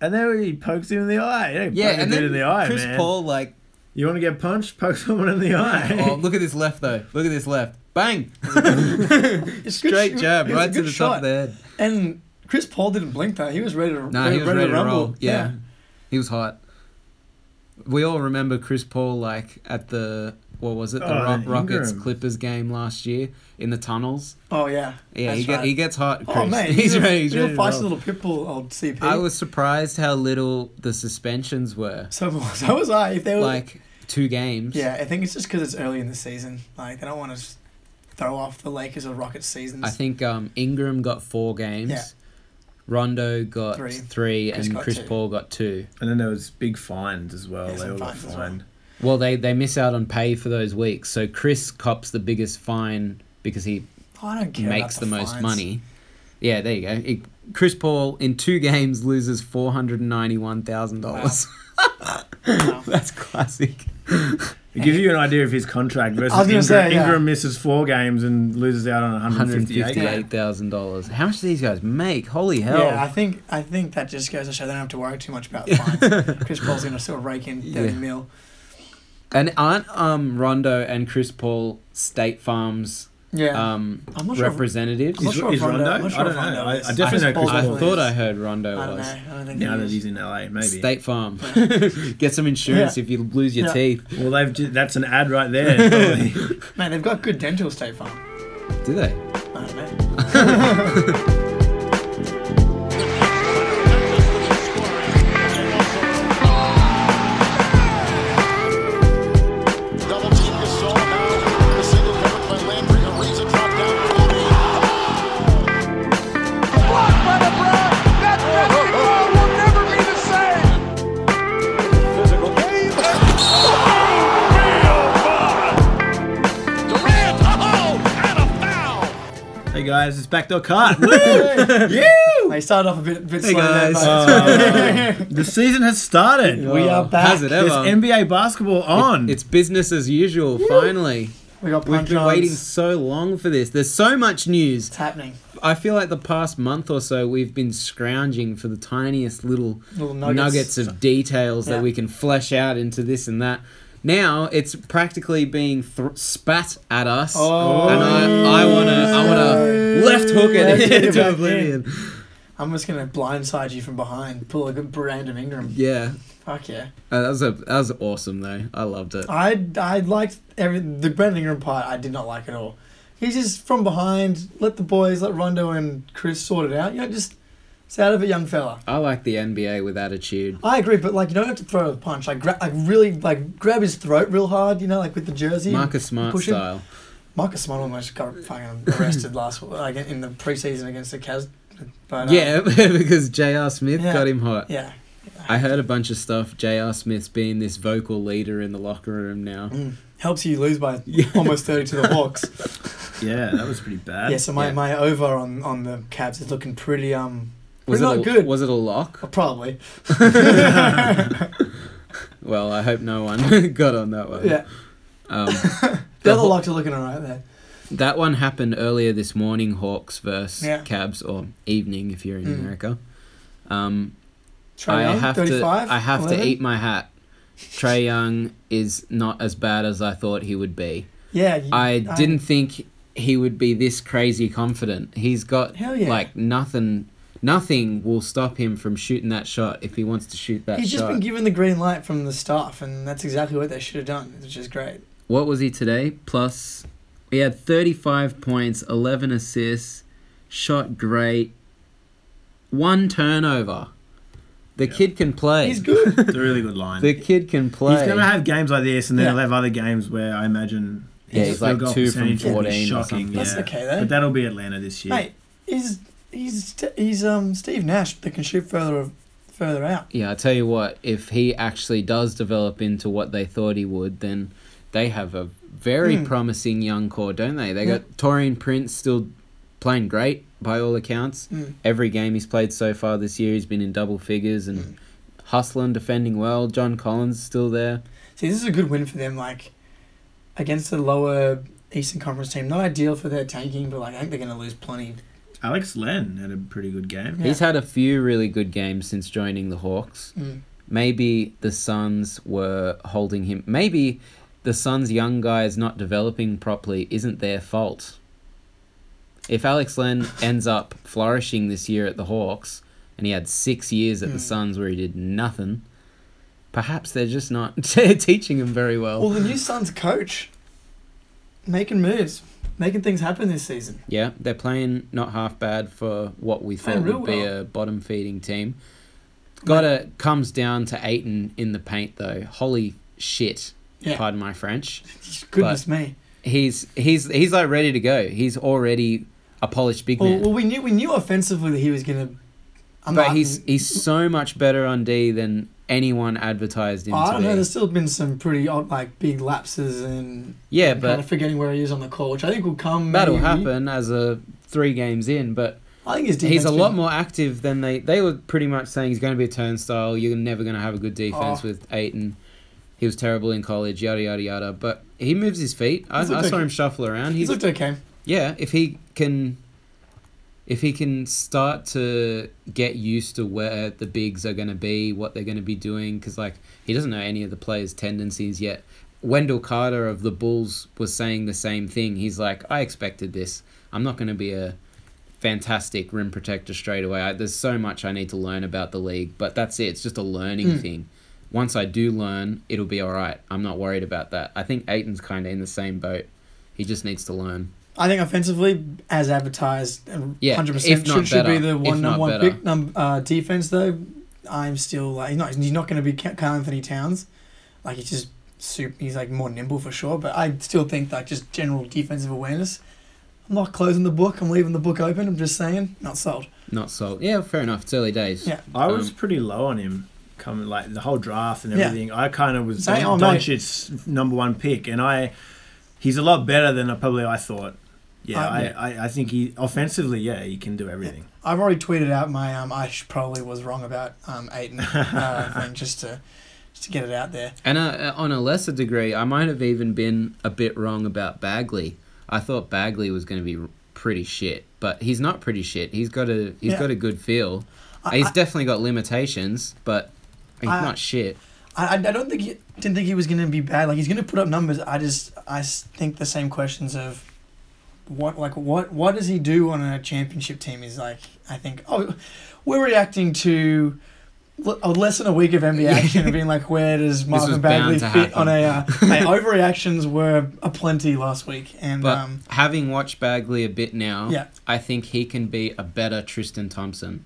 And then he pokes him in the eye. You don't Yeah, poke a and dude then in the eye, Chris man. Paul like, You want to get punched? Poke someone in the eye. oh, look at this left though. Look at this left. Bang! Straight sh- jab it was a right to good the top shot. of the head. And Chris Paul didn't blink that. He was ready to. No, he was ready to rumble. roll. Yeah. he was hot. We all remember Chris Paul like at the what was it the Oh, Ro- Ingram. Rockets Clippers game last year in the tunnels. Oh yeah. Yeah, he, That's get, right. he gets hot. Chris. Oh man, he's, ready. He's He's ready a to feisty roll. little pitbull, old CP. I was surprised how little the suspensions were. so, so was I. If they were Like two games. Yeah, I think it's just because it's early in the season. Like they don't want to throw off the Lakers or Rockets seasons. I think um, Ingram got four games. Yeah. Rondo got Three. three, Chris and got Chris two. Paul got two. And then there was big fines as well. Yeah, they some all got fines as fined. Well, they they miss out on pay for those weeks. So Chris cops the biggest fine because he Oh, I don't care. about makes the, most fines. money. Yeah, there you go. It, Chris Paul in two games loses four hundred ninety-one thousand dollars. Wow. That's classic. It gives you an idea of his contract versus I was gonna Ingram. say, yeah. Ingram misses four games and loses out on One hundred 158. fifty-eight thousand dollars. How much do these guys make? Holy hell! Yeah, I think I think that just goes to show they don't have to worry too much about fines. Chris Paul's gonna still rake in thirty Yeah. mil. and aren't um Rondo and Chris Paul State Farms Yeah, um I'm not sure if- representatives? I'm not Is- sure if is Rondo? I'm not I sure if don't know. Rondo I- is. I definitely know Chris I Paul's Paul. one thought is. I heard Rondo I don't know. was. I don't think Now he that is. he's in LA, maybe. State Farm. Get some insurance if you lose your Yeah. teeth. Well, they've ju- that's an ad right there. probably. Man, they've got good dental state farm. Do they? I don't know. Double team Gasol now. The single covered by Landry. Ariza dropped down. blocked by LeBrun. That basketball will never be the same. Physical game. Durant, oh, and a foul. hey guys, it's backdoor cut. yeah. They started off a bit, bit Hey, slow there, guys. Oh. but The season has started. we are back. Has it There's ever? NBA basketball on. It's business as usual. Finally. we got We've punch been waiting so long for this. There's so much news. It's happening. I feel like the past month or so we've been scrounging for the tiniest little, Little nuggets. nuggets. of details Yeah. that we can flesh out into this and that. Now it's practically being th- spat at us, Oh. and I, I wanna, I wanna left hook Left it hook it back into in. oblivion. I'm just gonna blindside you from behind. Pull a good brand of Ingram. Yeah, Fuck yeah. Uh, that was a, that was awesome though. I loved it. I I liked every the Brandon Ingram part. I did not like at all. He's just from behind. Let the boys, let Rondo and Chris sort it out. You know, just it's out of it, young fella. I like the NBA with attitude. I agree, but like you don't have to throw a punch. Like, gra- like really, like grab his throat real hard. You know, like with the jersey. and Marcus Smart push him. style. Marcus Smart almost got fucking arrested last like in the preseason against the Cavs. But uh, Yeah, because J.R. Smith Yeah. got him hot. yeah. I heard a bunch of stuff. J.R. Smith's being this vocal leader in the locker room now. Helps you lose by almost thirty to the Hawks. yeah, that was pretty bad. yeah, so my, Yeah. my over on, on the Cavs is looking pretty um Was pretty it not a, good. Was it a lock? Probably. Well, I hope no one got on that one. Yeah. Um, The The other Haw- locks are looking alright there. that one happened earlier this morning. Hawks versus Yeah. Cabs, or evening if you're in Mm. America. Um, Trae I Young, have to. 35, I have 11. to eat my hat. Trey Young is not as bad as I thought he would be. Yeah. you- I didn't think he would be this crazy confident. He's got Hell yeah. like nothing. Nothing will stop him from shooting that shot if he wants to shoot that He's shot. just been given the green light from the staff, and that's exactly what they should have done, which is great. what was he today? Plus, he had 35 points, 11 assists, shot great, one turnover. The kid can play. He's good. it's a really good line. The kid can play. He's going to have games like this, and then Yeah. he'll have other games where I imagine Yeah, his he's field like goal two from percentage will be 14 or Shocking, something. yeah. That's okay, though. But that'll be Atlanta this year. Mate, he's he's st- he's um Steve Nash that can shoot further further out. yeah, I tell you what, if he actually does develop into what they thought he would, then they have a very Hmm. promising young core, don't they? They Yeah. got Torian Prince still playing great by all accounts. Mm. Every game he's played so far this year, he's been in double figures and hustling, defending well. John Collins still there. See, this is a good win for them. Like against the lower Eastern Conference team, not ideal for their tanking, but like I think they're going to lose plenty. Alex Len had a pretty good game. Yeah. He's had a few really good games since joining the Hawks. Mm. Maybe the Suns were holding him. Maybe the Suns' young guys not developing properly isn't their fault. If Alex Len ends up flourishing this year at the Hawks, and he had six years at the Suns where he did nothing, perhaps they're just not teaching him very well. Well, the new Suns coach making moves, making things happen this season. Yeah, they're playing not half bad for what we thought Playing real would be well. a bottom feeding team. Gotta comes down to Aiton in the paint though. Holy shit! Yeah. Pardon my French. Goodness me. He's he's he's like ready to go. He's already a polished big Well, man. well, we knew we knew offensively that he was gonna. I'm but not- he's he's so much better on D than anyone advertised him I to don't be. know. There's still been some pretty odd, like big lapses and yeah, kind but of forgetting where he is on the call, which I think will come. that'll maybe- happen as a three games in. But I think his defense. he's a lot been- more active than they they were pretty much saying he's going to be a turnstile you're never going to have a good defense Oh. with Aiton he was terrible in college yada yada yada but he moves his feet I, I He's looked saw okay. him shuffle around He's he's, looked okay. yeah if he can if he can start to get used to where the bigs are going to be what they're going to be doing because like he doesn't know any of the players tendencies yet Wendell Carter of the Bulls was saying the same thing. He's like, I expected this. I'm not going to be a fantastic rim protector straight away. I, there's so much I need to learn about the league, but that's it. It's just a learning thing. Once I do learn, it'll be all right. I'm not worried about that. I think Aiton's kind of in the same boat. He just needs to learn. I think offensively, as advertised, and Yeah, 100% if not should, should be better, the if not one number one better. pick. Num- uh, defense, though, I'm still like, he's not, he's not going to be Ca- Carl Anthony Towns. Like, he's just super, he's like more nimble for sure, but I still think like just general defensive awareness. I'm not closing the book, I'm leaving the book open. I'm just saying, not sold. Not sold. Yeah, fair enough. It's early days. Yeah. I was Um, pretty low on him coming like the whole draft and Yeah. everything. I kind of was Say, oh, mate. Doncic's number one pick, and I he's a lot better than I, probably I thought. Yeah, Uh, I, yeah. I, I think he offensively, yeah, he can do everything. I've already tweeted out my, um, I sh- probably was wrong about um, Aiton uh, thing just to, just to get it out there. And uh, on a lesser degree, I might have even been a bit wrong about Bagley. I thought Bagley was going to be r- pretty shit, but he's not pretty shit. He's got a he's Yeah. got a good feel. he's definitely got limitations, but he's I- not shit. I, I I don't think he didn't think he was gonna be bad. Like he's gonna put up numbers. I just I s- think the same questions of what like what what does he do on a championship team is like I think oh we're reacting to l- a less than a week of NBA action and being like where does was Marvin bound Bagley to fit on a uh, happen. hey, overreactions were aplenty last week and But um having watched Bagley a bit now, Yeah. I think he can be a better Tristan Thompson.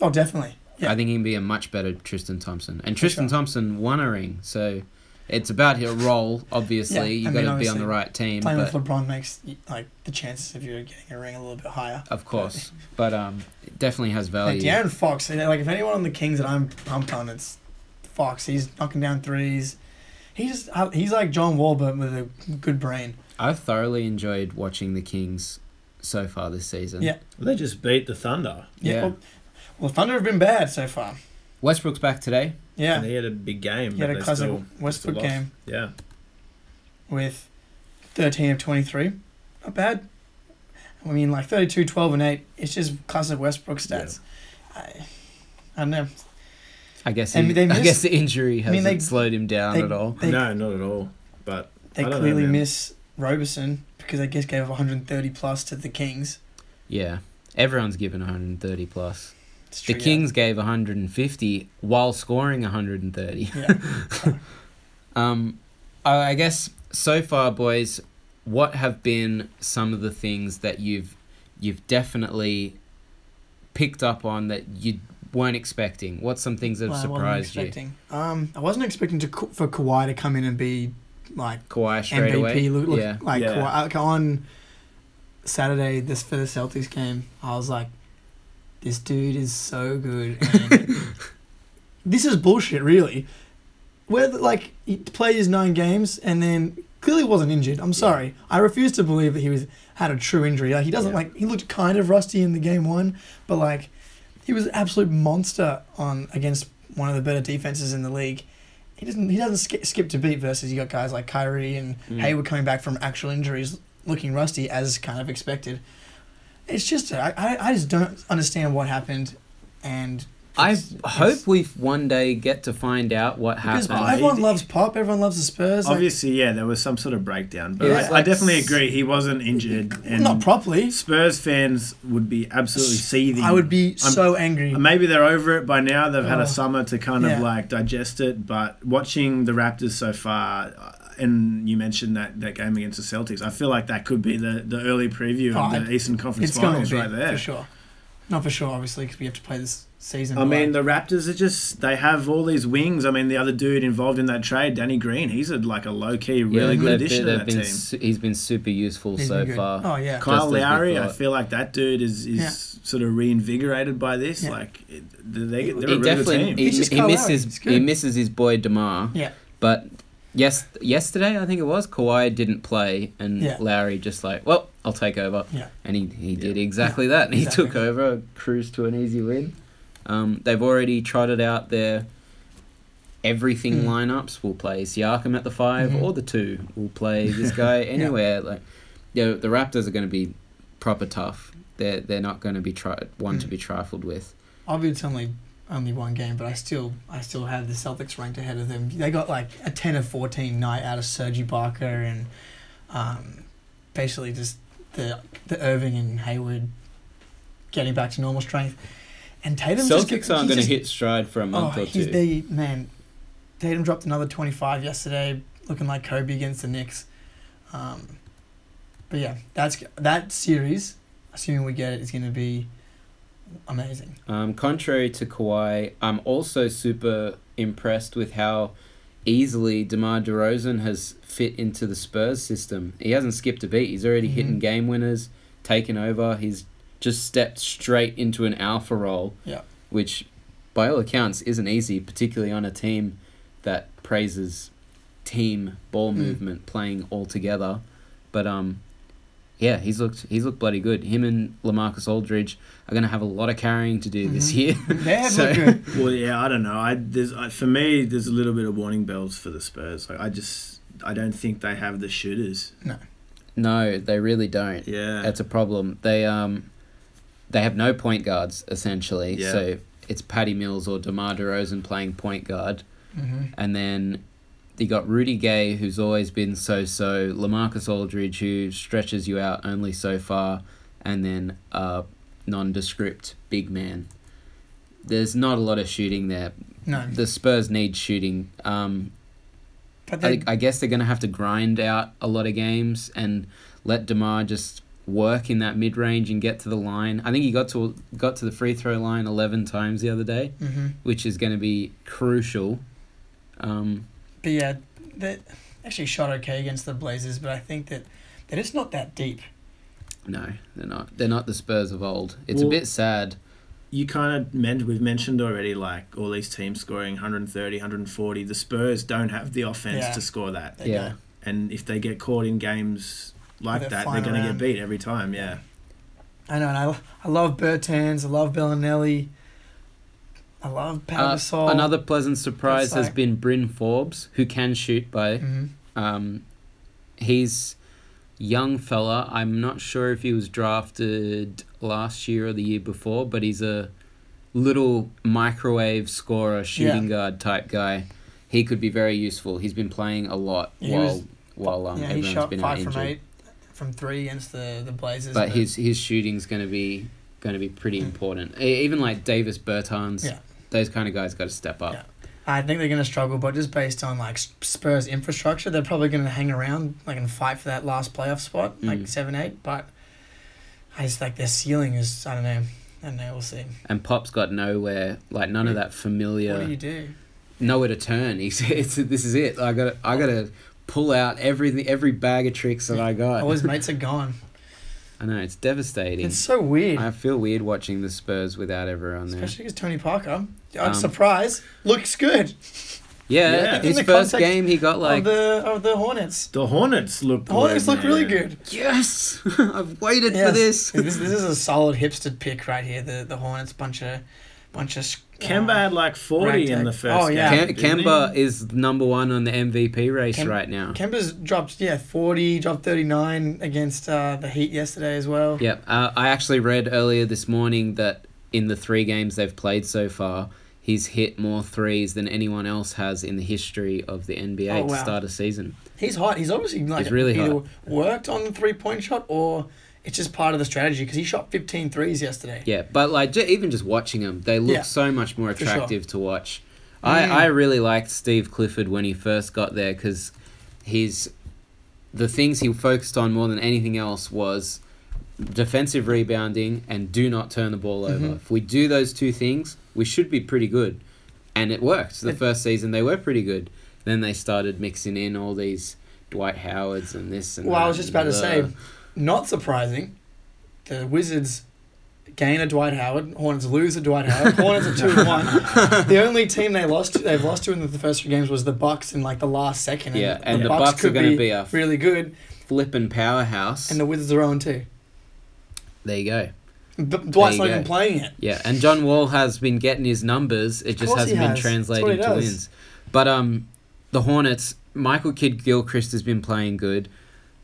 oh definitely yeah I think he can be a much better Tristan Thompson. And Tristan sure. Thompson won a ring, so it's about his role. Obviously, Yeah, I you mean, got to be on obviously, the right team. playing But with LeBron makes like the chances of you getting a ring a little bit higher. of course, but um, it definitely has Like value. De'Aaron Fox, you know, like if anyone on the Kings that I'm pumped on, it's Fox. He's knocking down threes. He's uh, he's like John Wall, but with a good brain. I've thoroughly enjoyed watching the Kings so far this season. Yeah. They just beat the Thunder. Yeah. Well, well, Thunder have been bad so far. Westbrook's back today. And Yeah. he had a big game. He had but a they classic still- still Westbrook lost. game Yeah. with 13 of 23. Not bad. I mean, like 32, 12, and 8. It's just classic Westbrook stats. I, I don't know. I guess And he- they I missed- guess the injury I mean, hasn't they- slowed him down they- at all. They, no, not at all. But they I don't know, clearly man. miss Roberson because I guess gave 130 plus to the Kings. Yeah. Everyone's given 130 plus. It's The true, yeah. Kings gave 150 while scoring 130. Yeah. Um, I I guess so far, boys, what have been some of the things that you've you've definitely picked up on that you weren't expecting? What's some things that have Well, I wasn't surprised you? expecting- Um, I wasn't expecting to Ka- for Kawhi to come in and be like Kawhi straight MVP. away. Look, look, yeah. like Yeah. Kawhi, like, on Saturday, this for the Celtics game, I was like, this dude is so good. And this is bullshit, really. Where the- like he played his nine games and then clearly wasn't injured. I'm sorry, I refuse to believe that he was had a true injury. Like he doesn't Yeah. like he looked kind of rusty in the game one, but like he was an absolute monster on against one of the better defenses in the league. He doesn't he doesn't skip, skip to beat versus you got guys like Mm. Kyrie and Hayward coming back from actual injuries looking rusty as kind of expected. it's just I, I I just don't understand what happened, and I it's- hope we one day get to find out what because happened. everyone loves Pop, everyone loves the Spurs. like, Uh, Obviously, yeah, there was some sort of breakdown, but It I, was I like definitely s- agree he wasn't injured. And not properly. Spurs fans would be absolutely seething. I would be I'm- so angry. And Maybe they're over it by now. They've had Oh. a summer to kind Yeah. of like digest it. But watching the Raptors so far, uh, and you mentioned that, that game against the Celtics, I feel like that could be the, the early preview of Oh, the Eastern Conference it's gonna Finals be right there. for sure. Not for sure, obviously, because we have to play this season. I but, mean, like, the Raptors are just, they have all these wings. I mean, the other dude involved in that trade, Danny Green, he's a, like a low key, really Yeah, good they've- addition to they've that been team. su- he's been super useful he's so been good. far. Oh yeah. Just Kyle as we Lowry, I thought. feel like that dude is, is Yeah. sort of reinvigorated by this. Yeah. Like, it- they, they're a he really good definitely team. he, He's just he Kyle Lowry. He's misses good. he misses his boy Demar. Yeah. But yes, yesterday I think it was Kawhi didn't play, and Yeah. Lowry just like, well, I'll take over. Yeah. And he, he did exactly that. He exactly. took over, cruised to an easy win. Um, they've already trotted out their everything Mm. lineups. We'll play Siakam at the 5 Mhm. or the two. We'll play this guy anywhere. Like, you know, the Raptors are going to be proper tough. They're they're not going to be tri- one to Mm. be trifled with. Obviously, it's only only one game, but I still I still have the Celtics ranked ahead of them. They got like a ten or fourteen night out of Sergi Barker and um, basically just the the Irving and Hayward getting back to normal strength. And Tatum just- Celtics he aren't going to just- hit stride for a month oh, or he's two. the man. Tatum dropped another twenty five yesterday, looking like Kobe against the Knicks. Um, but yeah, that's that series. Assuming we get it, is going to be amazing. Um, contrary to Kawhi, I'm also super impressed with how easily DeMar DeRozan has fit into the Spurs system. He hasn't skipped a beat. He's already Mhm. hitting game winners, taken over. He's just stepped straight into an alpha role. Yeah. Which, by all accounts, isn't easy, particularly on a team that praises team ball Mm. movement, playing all together. But um, yeah, he's looked he's looked bloody good. Him and Lamarcus Aldridge are going to have a lot of carrying to do this Mhm. year. Mm-hmm. They have So- looked good. Well, yeah, I don't know. I there's I, for me, there's a little bit of warning bells for the Spurs. Like, I just I don't think they have the shooters. No, they really don't. Yeah, That's a problem. They um, they have no point guards essentially. Yeah. So it's Patty Mills or Demar Derozan playing point guard, mm-hmm. and then you got Rudy Gay, who's always been so-so. Lamarcus Aldridge, who stretches you out only so far, and then a nondescript big man. There's not a lot of shooting there. No, The Spurs need shooting. Um, but they, I, I guess they're going to have to grind out a lot of games and let Demar just work in that mid range and get to the line. I think he got to got to the free throw line eleven times the other day, hmm which is going to be crucial. Um, but yeah, they actually shot okay against the Blazers, but I think that they're just not that deep. no, they're not. They're not the Spurs of old. It's a Well- bit sad. you kind of meant we've mentioned already. Like all these teams scoring 130, 140. The Spurs don't have the offense Yeah. to score that, They yeah. don't. and if they get caught in games like They're that, they're flying going to get around. beat every time. Yeah, I know, and I, I love Bertans, I love Bellinelli, I love Uh, Palisol. another pleasant surprise That's has like- been Bryn Forbes, who can shoot by hmm Um, he's young fella. I'm not sure if he was drafted last year or the year before, but he's a little microwave scorer, shooting guard type guy. He could be very useful. He's been playing a lot He while was- while um, yeah, he everyone's shot been out five injured. from eight from three against the the Blazers. But his his shooting's going to be going to be pretty important. E- Even like Davis Bertans, Yeah. those kind of guys got to step up. Yeah. I think they're going to struggle, but just based on like S- Spurs infrastructure, they're probably going to hang around like and fight for that last playoff spot, like Mm. seven eight. But I just like their ceiling is I don't know, I don't know. We'll see. And Pop's got nowhere, like none of that familiar. What do you do? nowhere to turn. He's it's this is it. I got to I got to pull out everything every bag of tricks that I got. All his mates are gone. I know it's devastating. It's so weird, I feel weird watching the Spurs without everyone there. especially because Tony Parker. I'm Um, surprised. Looks good. yeah, Yeah. his In the first context game he got like of the of the Hornets. the Hornets look. The Hornets good, look really man. good. yes, I've waited Yeah. for this. this this is a solid hipster pick right here. The the Hornets bunch of bunch of s- Kemba had like 40 in the Ragtag. first Oh, yeah. game. Kem- didn't he? Kemba is number one on the MVP race Kem- right now. Kemba's dropped yeah forty, dropped thirty nine against uh, the Heat yesterday as well. Yep. Uh, I actually read earlier this morning that in the three games they've played so far, he's hit more threes than anyone else has in the history of the NBA Oh, to wow. start a season. He's hot. He's obviously like He's really either hot. worked on the three point shot or it's just part of the strategy because he shot 15 threes yesterday. Yeah, but like j- even just watching them, they look Yeah. so much more For sure. Mm. attractive to watch. I, I really liked Steve Clifford when he first got there because his the things he focused on more than anything else was defensive rebounding and do not turn the ball over. Mm-hmm. If we do those two things, we should be pretty good. And it worked. The It- first season they were pretty good. Then they started mixing in all these Dwight Howards and this and Well, I that was just and about to the- say, not surprising, the Wizards gain a Dwight Howard, Hornets lose a Dwight Howard, Hornets are 2 and 1. The only team they lost to, they've lost to in the first few games was the Bucks in like the last second. Yeah, and the Bucks are gonna be a- really good, flipping powerhouse. and the Wizards are 0 2. there you go. But Dwight's you not go. even playing yet. Yeah, and John Wall has been getting his numbers. It just course hasn't he been has. That's what translating he to does. wins. But um, the Hornets, Michael Kidd Gilchrist has been playing good.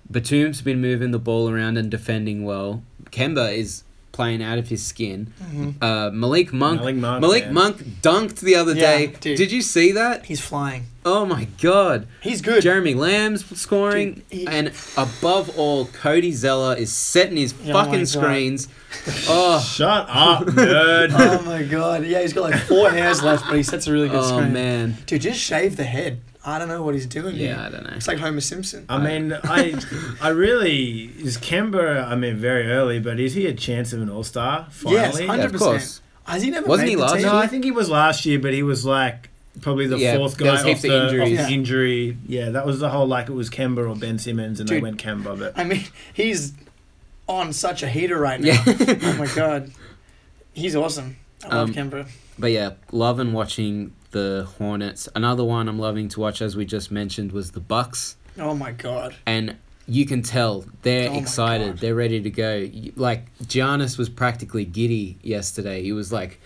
Batum's been moving the ball around and defending well. Kemba is playing out of his skin. Mm-hmm. Uh, Malik Monk. Malik Malik Monk, Monk, man. dunked the other Yeah, day. dude. Did you see that? He's flying. Oh my god. He's good. Jeremy Lamb's scoring, Dude, he- and above all, Cody Zeller is setting his Oh my fucking God. screens. Oh, Shut up, nerd. oh my god. Yeah, he's got like four hairs left, but he sets a really good oh screen. man. Dude, just shave the head. I don't know what he's doing. Yeah, here. I don't Uh, know. It's like Homer Simpson. I mean, I I really is Kemba. I mean, very early, but is he a chance of an All Star yes, finally? Yeah, hundred of percent. course. Has he never Wasn't made he the last team? no, I think he was last year, but he was like probably the Yeah, fourth there guy was off heaps the, of off the injuries. Yeah. injury. Yeah, that was the whole like it was Kemba or Ben Simmons, and they Dude. went Kemba. But I mean, he's on such a heater right now. Yeah. oh my god, he's awesome. I love Um, Kemba. But yeah, loving watching the Hornets. Another one I'm loving to watch, as we just mentioned, was the Bucks, Oh my god. and you can tell they're Oh my excited. God. They're ready to go. You- Like Giannis was practically giddy yesterday. He was like,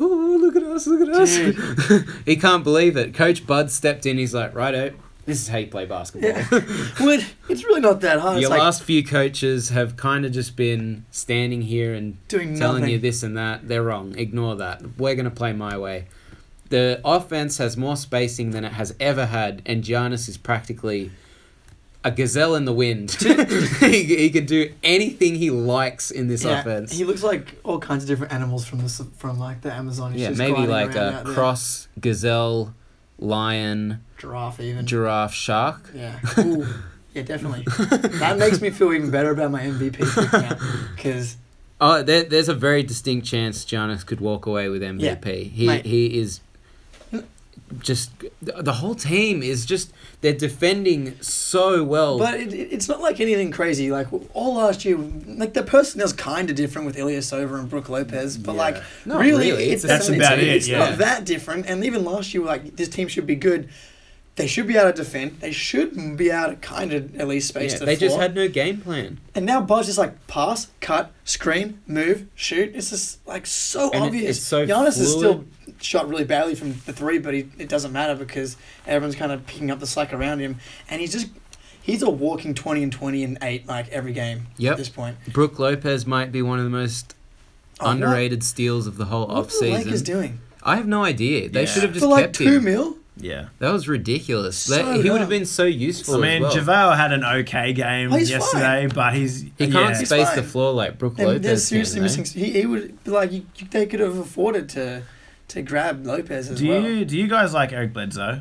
"Oh, look at us! Look at us!" he can't believe it. Coach Bud stepped in. He's like, "Righto, this is how you play basketball." Well, it's really not that hard. It's Your like last few coaches have kind of just been standing here and Doing telling nothing. you this and that. They're wrong. Ignore that. We're going to play my way. The offense has more spacing than it has ever had, and Giannis is practically a gazelle in the wind. he, he can do anything he likes in this yeah, offense. He looks like all kinds of different animals from the s- from like the Amazon. He's yeah, just maybe gliding like around a out there. cross, gazelle, lion, giraffe even. giraffe, shark. Yeah. Ooh. Yeah, definitely. that makes me feel even better about my MVP because Oh, there, there's a very distinct chance Giannis could walk away with MVP. He Mate. he is just the the whole team is just they're defending so well. But it, it- it's not like anything crazy. Like all last year, like the personnel's kind of different with Ilya Sova and Brooke Lopez, but like Not really, really. it's That's it's- about it, It's yeah. not that different. And even last year, like this team should be good. They should be able to defend. They should be able to kind of at least space yeah, the they floor. just had no game plan. and now Bud's just like pass, cut, screen, move, shoot. It's just like so And it- obvious. it's so Giannis is still fluid. shot really badly from the three, but he, it doesn't matter because everyone's kind of picking up the slack around him, and he's just he's a walking twenty and twenty and eight like every game Yep. at this point. Brooke Lopez might be one of the most Oh, what- underrated steals of the whole What are the Lakers offseason. doing I have no idea. They Yeah. should have just for like kept two him. mil? yeah, That was ridiculous. So That- he would dumb. have been so useful. I mean, as well. JaVale had an okay game Oh, he's yesterday, but he's he yeah. can't space the fine. floor like Brooke And Lopez. eh? they're can, seriously though. missing. He, he would be like you, you, they could have afforded to to grab Lopez as Do well. you do you guys like Eric Bledsoe?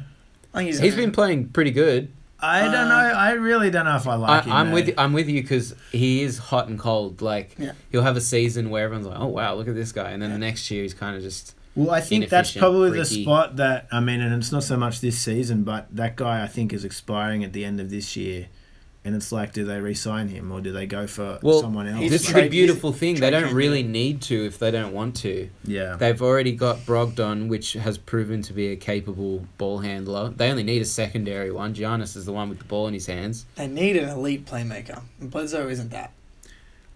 I think He's been playing pretty good. I Uh, don't know. I really don't know if I like him. I, I'm man. with I'm with you because he is hot and cold. Like Yeah. he'll have a season where everyone's like, "Oh wow, look at this guy," and then the next year he's kind of just Well, I think that's inefficient, probably the freaky. spot that I mean, and it's not so much this season, but that guy I think is expiring at the end of this year, and it's like, do they re-sign him or do they go for well. someone else? He's this is Trey- the beautiful thing; Trey they don't Kennedy. really need to if they don't want to. yeah, They've already got Brogdon, which has proven to be a capable ball handler. They only need a secondary one. Giannis is the one with the ball in his hands. They need an elite playmaker. and Bledsoe isn't that.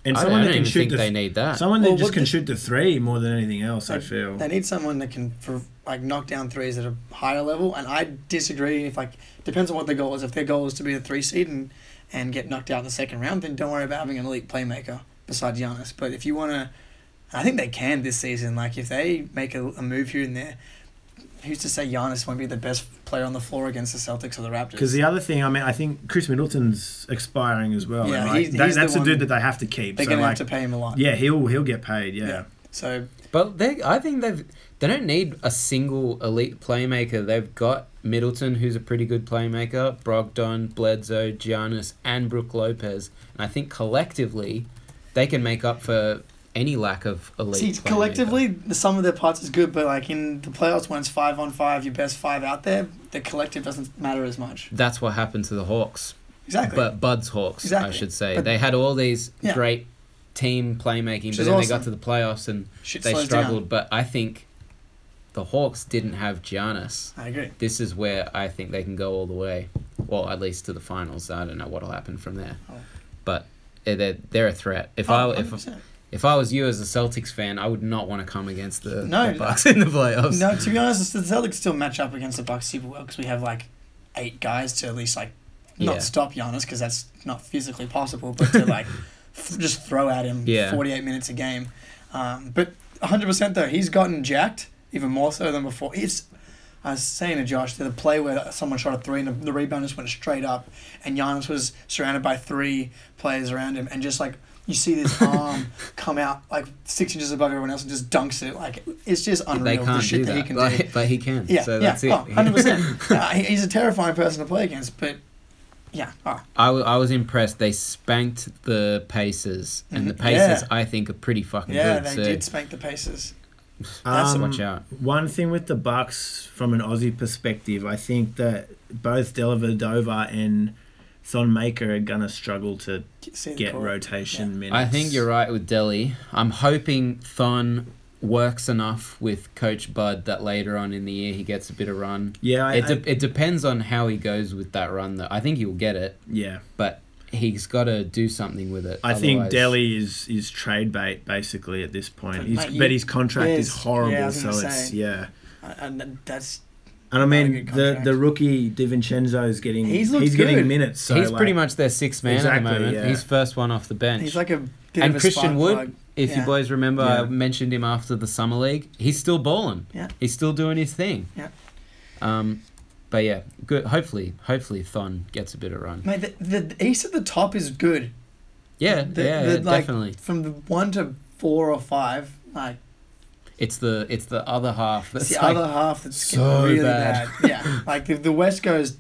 And I don't, someone I that don't can even shoot think the they need that. someone that Well, just what can the- shoot the three more than anything else. I Like, feel. They need someone that can for like knock down threes at a higher level, and I disagree. If like depends on what their goal is. If their goal is to be a three seed and and get knocked out in the second round, then don't worry about having an elite playmaker besides Giannis. But if you want to, I think they can this season. Like if they make a, a move here and there, who's to say Giannis won't be the best player on the floor against the Celtics or the Raptors? Because the other thing, I mean, I think Chris Middleton's expiring as well. Yeah, and, like, he's- that- he's the that's a one- dude that they have to keep. they're So, gonna like, have to pay him a lot. yeah, he'll he'll get paid. Yeah. Yeah. So But they, I think they've they don't need a single elite playmaker. They've got Middleton, who's a pretty good playmaker, Brogdon, Bledsoe, Giannis, and Brooke Lopez, and I think collectively, they can make up for any lack of elite. See, playmaker. collectively, the sum of their parts is good, but like in the playoffs, when it's five on five, your best five out there, the collective doesn't matter as much. that's what happened to the Hawks, Exactly. but Bud's Hawks, I Exactly. should say. But- they had all these Yeah. great team playmaking, Which but is then they got awesome. to the playoffs and Shit they slows struggled. But I think the Hawks didn't have Giannis. Down. I agree. this is where I think they can go all the way. Well, at least to the finals. I don't know what'll happen from there, Oh. but eh, they're they're a threat. If Oh, I if 100%. if I was you as a Celtics fan, I would not want to come against the, No, the Bucks in the playoffs. no, to be honest, the Celtics still match up against the Bucks super well because we have like eight guys to at least like not Yeah. stop Giannis because that's not physically possible, but to like f- just throw at him Yeah. 48 minutes a game. Um, but 100% though, he's gotten jacked even more so than before. It's I was saying to Josh, the play where someone shot a three and the, the rebound just went straight up, and Giannis was surrounded by three players around him, and just like you see this arm come out like six inches above everyone else and just dunks it. Like it's just unreal they the can't shit do that, that, he can but, do. but he can. Yeah, so yeah, that's it. oh, 100%. Uh, he- he's a terrifying person to play against, but yeah, oh, I, w- I was impressed. They spanked the Pacers, and the Mhm. Pacers Yeah. I think are pretty fucking yeah, good. they so did spank the Pacers. Um, watch out. One thing with the Bucks from an Aussie perspective, I think that both Delavadova and Thon Maker are gonna struggle to See the get court. rotation minutes. I think you're right with Delhi. I'm hoping Thon works enough with Coach Bud that later on in the year he gets a bit of run. Yeah, I, it, I- de- it depends on how he goes with that run though i think he'll get it yeah. but he's got to do something with it I think otherwise- Delhi is is trade bait basically at this point. But He's, mate, but you- his contract yeah, is it's- horrible, yeah, I was so gonna it's say. yeah. And and that's And I Not a mean good the contract. the rookie DiVincenzo is getting He's he's, looked good. getting minutes. So he's like, pretty much their sixth man Exactly, at the moment yeah. he's first one off the bench he's like a bit and of a christian spark wood plug. if Yeah. you boys remember i Yeah. mentioned him after the summer league he's still balling Yeah. he's still doing his thing Yeah. um but yeah good hopefully hopefully thon gets a bit of run Mate, the, the, the East at the top is good. yeah The- yeah the, like, definitely From the one to four or five, like it's the it's the other half it's that's the like, other half that's getting so really bad. bad. Yeah, like if the West goes,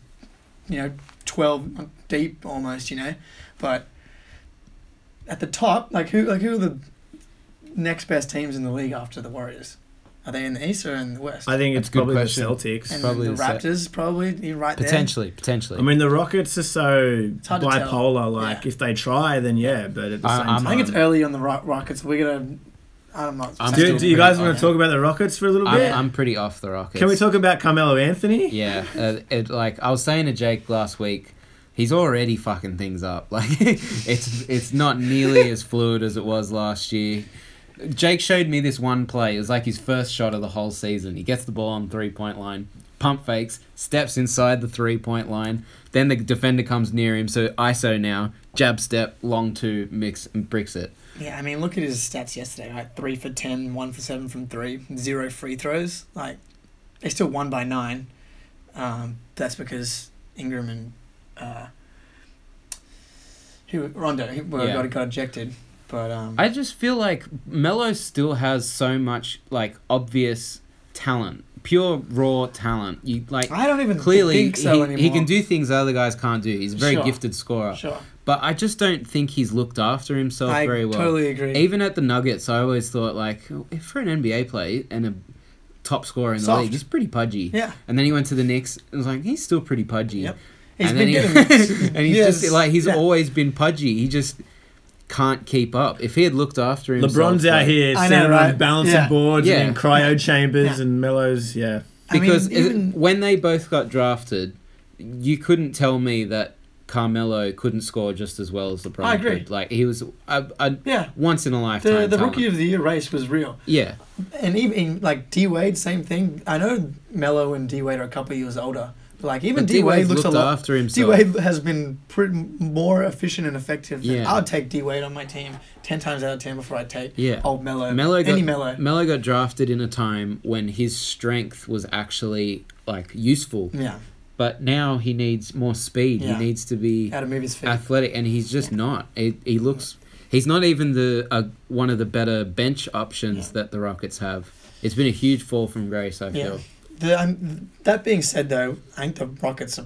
you know, twelve deep almost, you know, but at the top, like who like who are the next best teams in the league after the Warriors? Are they in the East or in the West? I think That's it's a good probably the question. Celtics. and probably the the set. Raptors, probably you're right there. potentially potentially I mean, the Rockets are so hard to tell. bipolar. Like, Yeah. if they try, then yeah. But at the I- same I'm- time, I think it's early on the Ro- Rockets. We're gonna. I'm not. I'm do, still do you guys want pretty- to talk about the Rockets for a little I'm, bit? I'm pretty off the rockets Can we talk about Carmelo Anthony? Yeah, uh, it, like I was saying to Jake last week, he's already fucking things up. Like it's it's not nearly as fluid as it was last year. Jake showed me this one play. It was like his first shot of the whole season. He gets the ball on three point line, pump fakes, steps inside the three point line. Then the defender comes near him, so ISO now, jab step, long two, mix and bricks it. Yeah, I mean, look at his stats yesterday, right? Three for 10, one for seven from three, zero free throws. Like, they still won by nine. Um, that's because Ingram and uh, who Rondo who, well, Yeah. got, got ejected. But um, I just feel like Melo still has so much like obvious talent, pure raw talent. You like I don't even clearly think so he, anymore. he can do things other guys can't do. He's a very Sure. gifted scorer, Sure. but I just don't think he's looked after himself I very well. totally agree. Even at the Nuggets, I always thought like if for an NBA player and a top scorer in the Soft. league, he's pretty pudgy. Yeah. And then he went to the Knicks and was like, he's still pretty pudgy. Yep. He's He's and then been he, getting this. and he's Yes. just like he's Yeah. always been pudgy. He just can't keep up. If he had looked after himself, LeBron's out like- here I know, standing right? on balancing Yeah. boards Yeah. and in cryo chambers Yeah. and Melo's. Yeah. I mean, because is- even- when they both got drafted, you couldn't tell me that Carmelo couldn't score just as well as LeBron. I agree. Could. Like he was a, a Yeah. once in a lifetime. The, the talent. rookie of the year race was real. Yeah, And even like D Wade, same thing. I know Mello and D Wade are a couple of years older, but like even But D Wade D-Wade looks a looked lot. after D himself. Wade has been pretty more efficient and effective. Than, Yeah. I'd take D Wade on my team ten times out of ten before I take Yeah. old Mello. Melo got any Mello. Melo got drafted in a time when his strength was actually like useful, yeah, but now he needs more speed. Yeah. He needs to be how to move his feet. athletic, and he's just not. He, he looks. He's not even the uh, one of the better bench options that the Rockets have. It's been a huge fall from grace. I Yeah. feel. The, um, that being said, though, I think the Rockets are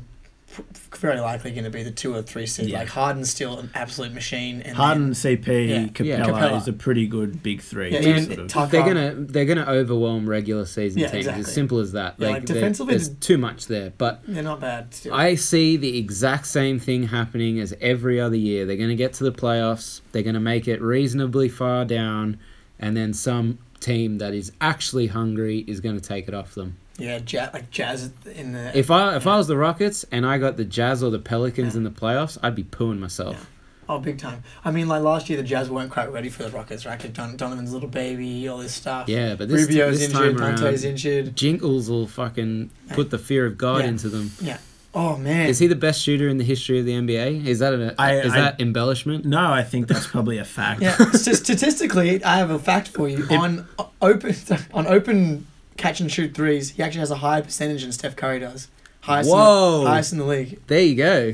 pr- very likely going to be the two or three seed. Yeah. Like Harden's still an absolute machine, and Harden, CP, Yeah. Capella, Capella. is a pretty good big three. Yeah, too, and sort of. Tucker. They're gonna they're gonna overwhelm regular season Yeah, teams. exactly. It's simple as that. Yeah, like, like, there- defensively, there's the- too much there. But they're not bad. Still. I see the exact same thing happening as every other year. They're gonna get to the playoffs. They're gonna make it reasonably far down, and then some team that is actually hungry is gonna take it off them. yeah, ja- like Jazz in the If I if I was the Rockets and I got the Jazz or the Pelicans Yeah. in the playoffs, I'd be pooing myself. Oh, big time. I mean, like last year, the Jazz weren't quite ready for the Rockets, right? 'Cause Don- Donovan's little baby, all this stuff. Yeah, but this, Rubio's this injured, time around, Dante's injured. Jingles will fucking put the fear of God Yeah. into them. Oh man, Is he the best shooter in the history of the NBA? Is that an I- is I- that embellishment? No, I think that's probably a fact. yeah. st- statistically, I have a fact for you. on o- open on open catch and shoot threes, he actually has a higher percentage than Steph Curry does. Highest In Whoa. the, highest in the league. There you go,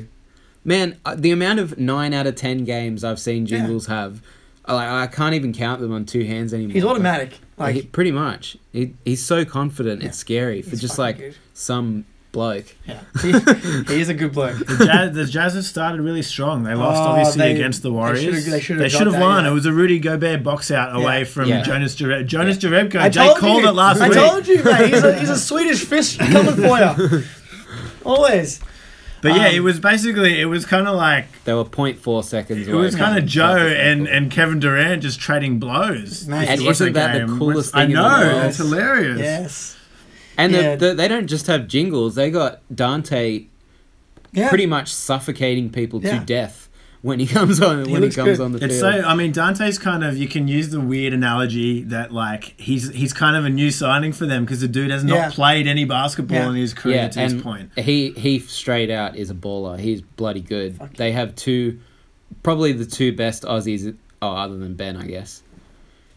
man. uh, The amount of nine out of ten games I've seen Yeah. Jingles have, I, like, I can't even count them on two hands anymore. He's automatic. Like He- pretty much. He, he's so confident. It's scary for he's just like fucking good. some bloke. yeah, he, he is a good bloke. The Jazz, the Jazz have started really strong. They lost Oh, obviously they- against the they Warriors. should've- they They should've should have got that, won. yeah. It was a Rudy Gobert box out away Yeah. from Yeah. Jonas Jare- Jonas Jarebko. I Jay told called you. it last I week. told you, mate. He's a, he's a Swedish fish coming for you. Always. But yeah, Um, it was basically it was kind of like They were 0.4 seconds. it away was from kind of being Joe perfect. and, and Kevin Durant just trading blows. Mate. If you And watch isn't that the game, coolest I thing in the know world? it's hilarious. Yes. and yeah. the, the, they don't just have Jingles. They got Dante Yeah. pretty much suffocating people Yeah. to death when he comes on when he looks comes good. on the It's so. field. I mean, Dante's kind of. You can use the weird analogy that like he's he's kind of a new signing for them because the dude has not Yeah. played any basketball Yeah. in his career to this point. He he straight out is a baller. He's bloody good. Fuck They have two, probably the two best Aussies. Oh, other than Ben, I guess.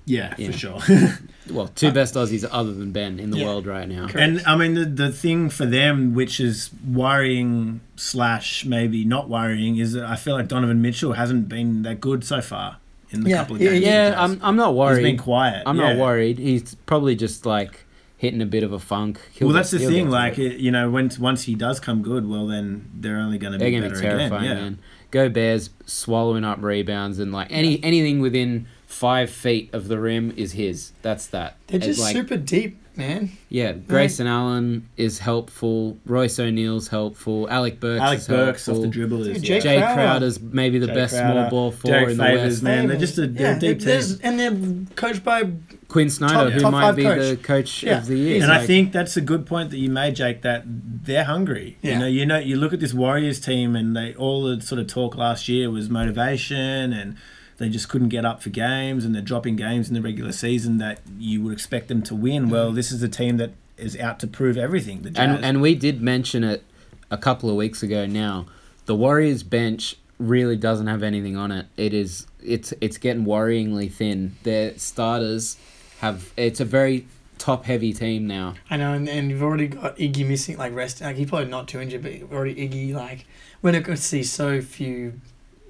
Yeah, for Yeah. sure. Well, Uh, two best Aussies other than Ben in the Yeah. world right now. Correct. and I mean, the the thing for them, which is worrying slash maybe not worrying, is that I feel like Donovan Mitchell hasn't been that good so far in the Yeah, couple of yeah, games. he Yeah, does. I'm I'm not He's been worried. quiet. I'm yeah. not worried. He's probably just like hitting a bit of a funk. He'll well, get- that's the he'll get thing. to Like, it. it, you know, when once he does come good, well, then they're only going to they're be gonna better be again. terrifying, yeah. man. Go Bears swallowing up rebounds and like any anything within five feet of the rim is his. That's that. They're It's just like- super deep, man. Yeah, Grayson Allen is helpful. Royce O'Neal's helpful. Alec Burks. Alec is Burks off helpful. the dribble is Dude, yeah. Jake Jay Crowder. Crowder's maybe the Jay best Crowder, small ball four Derek in the Favors, West. man. They're just a they're a they- deep team. there's- And they're coached by. Quinn Snyder, Top- who top might five be coach. the coach Yeah. of the year. And Like, I think that's a good point that you made, Jake. That they're hungry. Yeah. You know, you know, you look at this Warriors team, and they all the sort of talk last year was motivation, and they just couldn't get up for games, and they're dropping games in the regular season that you would expect them to win. Well, this is a team that is out to prove everything. The Jazz. Mm. and and we did mention it a couple of weeks ago. Now the Warriors bench really doesn't have anything on it. It is it's it's getting worryingly thin. Their starters have it's a very top heavy team now. I know, and, and you've already got Iggy missing, like, rest. Like, he's probably not too injured, but you've already Iggy, like, we're not going to see so few,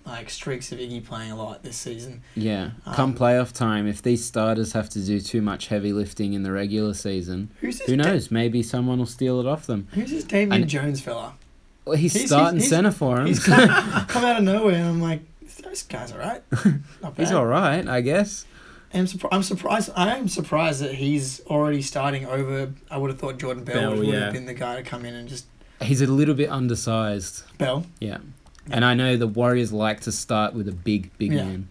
like, streaks of Iggy playing a lot this season. Yeah, come Um, playoff time, if these starters have to do too much heavy lifting in the regular season, Who's this? who Da- knows? Maybe someone will steal it off them. who's this Damian And- Jones fella? Well, he's, He's- he's- starting he's- center for him. He's He's, come, come out of nowhere, and I'm like, this guy's all right. Not bad. all right, I guess. I'm, surpri- I'm surprised. I am surprised that he's already starting over. I would have thought Jordan Bell, Bell, would yeah. have been the guy to come in and just He's a little bit undersized. Bell. Yeah. And I know the Warriors like to start with a big, big Yeah. man.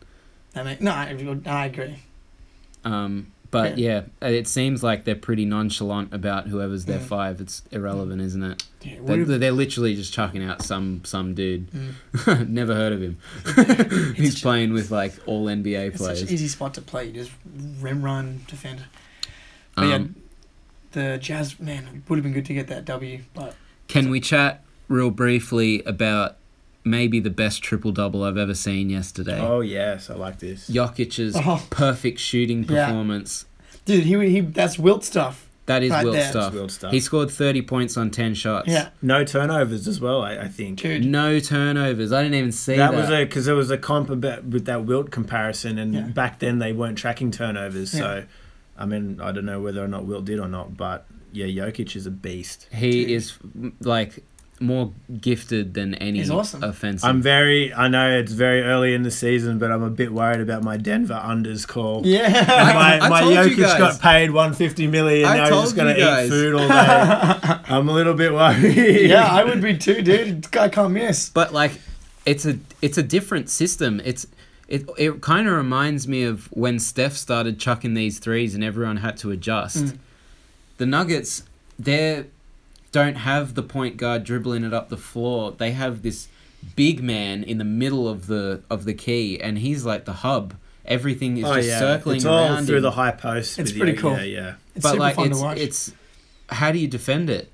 I mean, no, I, I agree. Um, But yeah, it seems like they're pretty nonchalant about whoever's their five. It's irrelevant, isn't it? Yeah, mm, what They're, if- they're literally just chucking out some some dude. Never heard of him. He's ju- playing with like all NBA it's such an players. easy spot to play. You just rim run, defend. But yeah, Um, the Jazz, man, it would have been good to get that W, but can we chat real briefly about maybe the best triple double I've ever seen yesterday? Oh yes, I like this. Jokic's Oh. perfect shooting Yeah. performance. dude, he, he that's Wilt stuff. That is Right wild there. That's stuff. wild stuff. He scored 30 points on 10 shots. Yeah, No turnovers as well. I, I think dude. No turnovers. I didn't even see that. that was a because there was a comp about with that Wilt comparison, and Yeah. back then they weren't tracking turnovers. So, I mean, I don't know whether or not Wilt did or not, but yeah, Jokic is a beast. he is like more gifted than any He's awesome. offensive. I'm very. I know it's very early in the season, but I'm a bit worried about my Denver unders call. Yeah. My, I my told you Jokic guys. got paid 150 million. I Now he's just told you gonna eat guys. food all day. I'm a little bit worried. yeah, I would be too, dude. This guy can't miss. but like it's a it's a different system. It's it it kind of reminds me of when Steph started chucking these threes and everyone had to adjust. Mm. The Nuggets they don't have the point guard dribbling it up the floor. They have this big man in the middle of the of the key and he's like the hub. Everything is Oh just yeah, circling it's all around through him. the high post. It's with pretty Jokic. cool. Yeah, yeah. It's but super like fun it's to watch. it's how do you defend it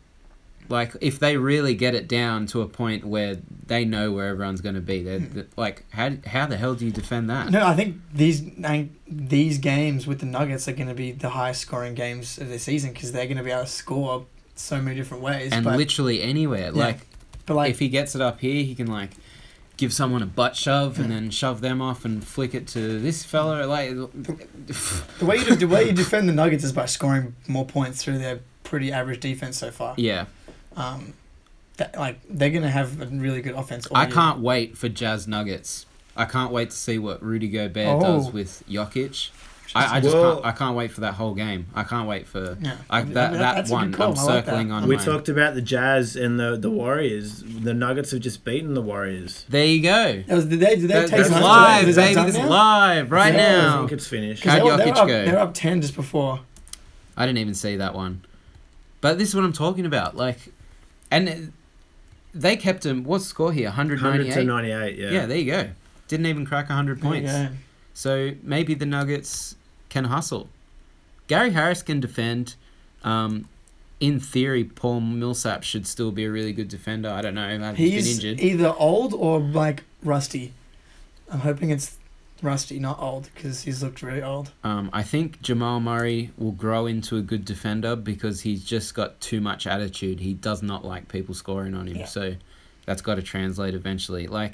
like if they really get it down to a point where they know where everyone's going to be they're, th- like how how the hell do you defend that Hmm. no, I think these I, these games with the Nuggets are going to be the highest scoring games of the season because they're going to be able to score so many different ways. and but, literally anywhere like but like if he gets it up here he can like give someone a butt shove and then shove them off and flick it to this fella like the way you de- the way you defend the Nuggets is by scoring more points through their pretty average defense so far. yeah Um, that, like they're going to have a really good offense. all i year. can't wait for jazz nuggets i can't wait to see what rudy gobert Oh. does with jokic I, I just Well- can't. I can't wait for that whole game. I can't wait for Yeah. I, I mean, that, that- that that's a good one. call. I'm I like circling that. on. We mine. talked about the Jazz and the the Warriors. The Nuggets have just beaten the Warriors. There you go. That was, did they, did they That, take that's home home live, today? Is that baby. done That's now? live right Yeah. I now. think it's finished. 'Cause they were- they were Jokic up- go? They were up ten just before. I didn't even see that one. But this is what I'm talking about. Like, and it- they kept him. What's the score here? 100 to 198. 98. Yeah. Yeah. there you go. Didn't even crack 100 There you points. go. So maybe the Nuggets can hustle. Gary Harris can defend. Um, in theory, Paul Millsap should still be a really good defender. I don't know. He's, He's been injured. either old or like rusty. I'm hoping it's rusty, not old, because he's looked really old. Um, I think Jamal Murray will grow into a good defender because he's just got too much attitude. He does not like people scoring on him, Yeah. so that's got to translate eventually. Like,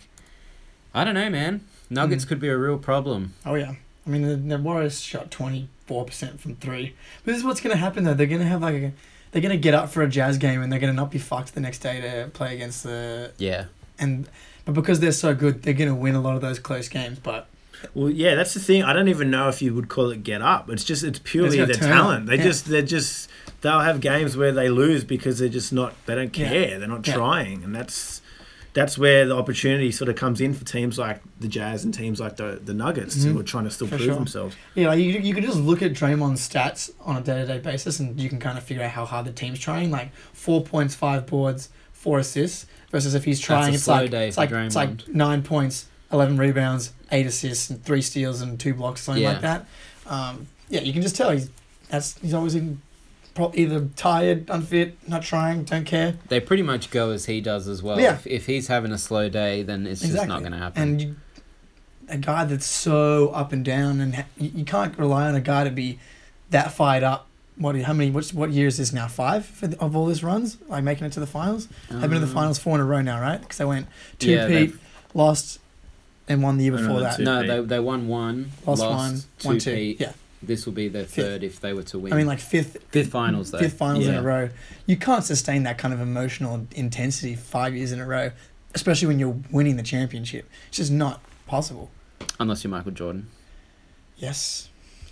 I don't know, man. Nuggets Mm. could be a real problem. Oh yeah. I mean, the, the Warriors shot 24% from three. But this is what's gonna happen though. They're gonna have like a, they're gonna get up for a Jazz game and they're gonna not be fucked the next day to play against the Yeah, and. But because they're so good, they're gonna win a lot of those close games. But Well, yeah, that's the thing. I don't even know if you would call it get up. It's just it's purely got the talent. talent. They Yeah. just they're just they'll have games where they lose because they're just not they don't Yeah. care. They're not Yeah. trying, and that's that's where the opportunity sort of comes in for teams like the Jazz and teams like the the Nuggets who are trying to still Mm-hmm. For prove sure. themselves. yeah, like you you can just look at Draymond's stats on a day to day basis, and you can kind of figure out how hard the team's trying. Like four points, five boards, four assists, versus if he's trying, a it's slow like day it's for like it's like Draymond. nine points, eleven rebounds, eight assists, and three steals and two blocks, something like Yeah. that. Um, yeah, you can just tell he's that's he's always in pro- either tired, unfit, not trying, don't care. they pretty much go as he does as well. Yeah. If, if he's having a slow day, then it's just not going to happen. And you, a guy that's so up and down, and ha- you, you can't rely on a guy to be that fired up. What? How many? What's, what year is this now? Five for the, of all his runs, like making it to the finals. They've Um, been to the finals four in a row now, right? Because they went two Mm. Yeah, peat, they've- lost, and won the year And before another that. two. no, they they won one, Lost, lost, one, one two, two. peat. Yeah, This will be their third if they were to win. I mean like fifth, fifth finals though. fifth finals in Yeah. a row. You can't sustain that kind of emotional intensity five years in a row, especially when you're winning the championship. It's just not possible. unless you're Michael Jordan. Yes.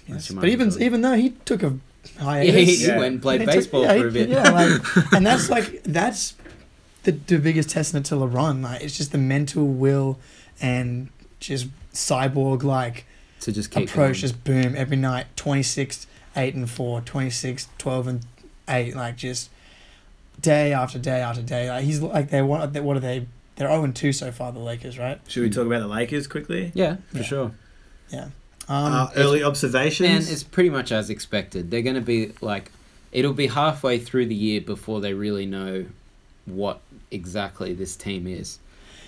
That's yes. your But even mindset. even though he took a Yeah, he, hiatus, he Yeah. went and played he took- baseball yeah, he- for a bit. Yeah, like, and that's like that's the, the biggest testament to LeBron. Like it's just the mental will and just cyborg like to just keep approach. going. Just boom every night, twenty six 8 and 4, 26, 12 and 8, like just day after day after day. Like he's like they want they- what are they? They're 0 and 2 so far the Lakers, right? Should we talk about the Lakers quickly? Yeah, for Yeah. sure. Um uh, early And observations. it's pretty much as expected. They're going to be like, it'll be halfway through the year before they really know what exactly this team is.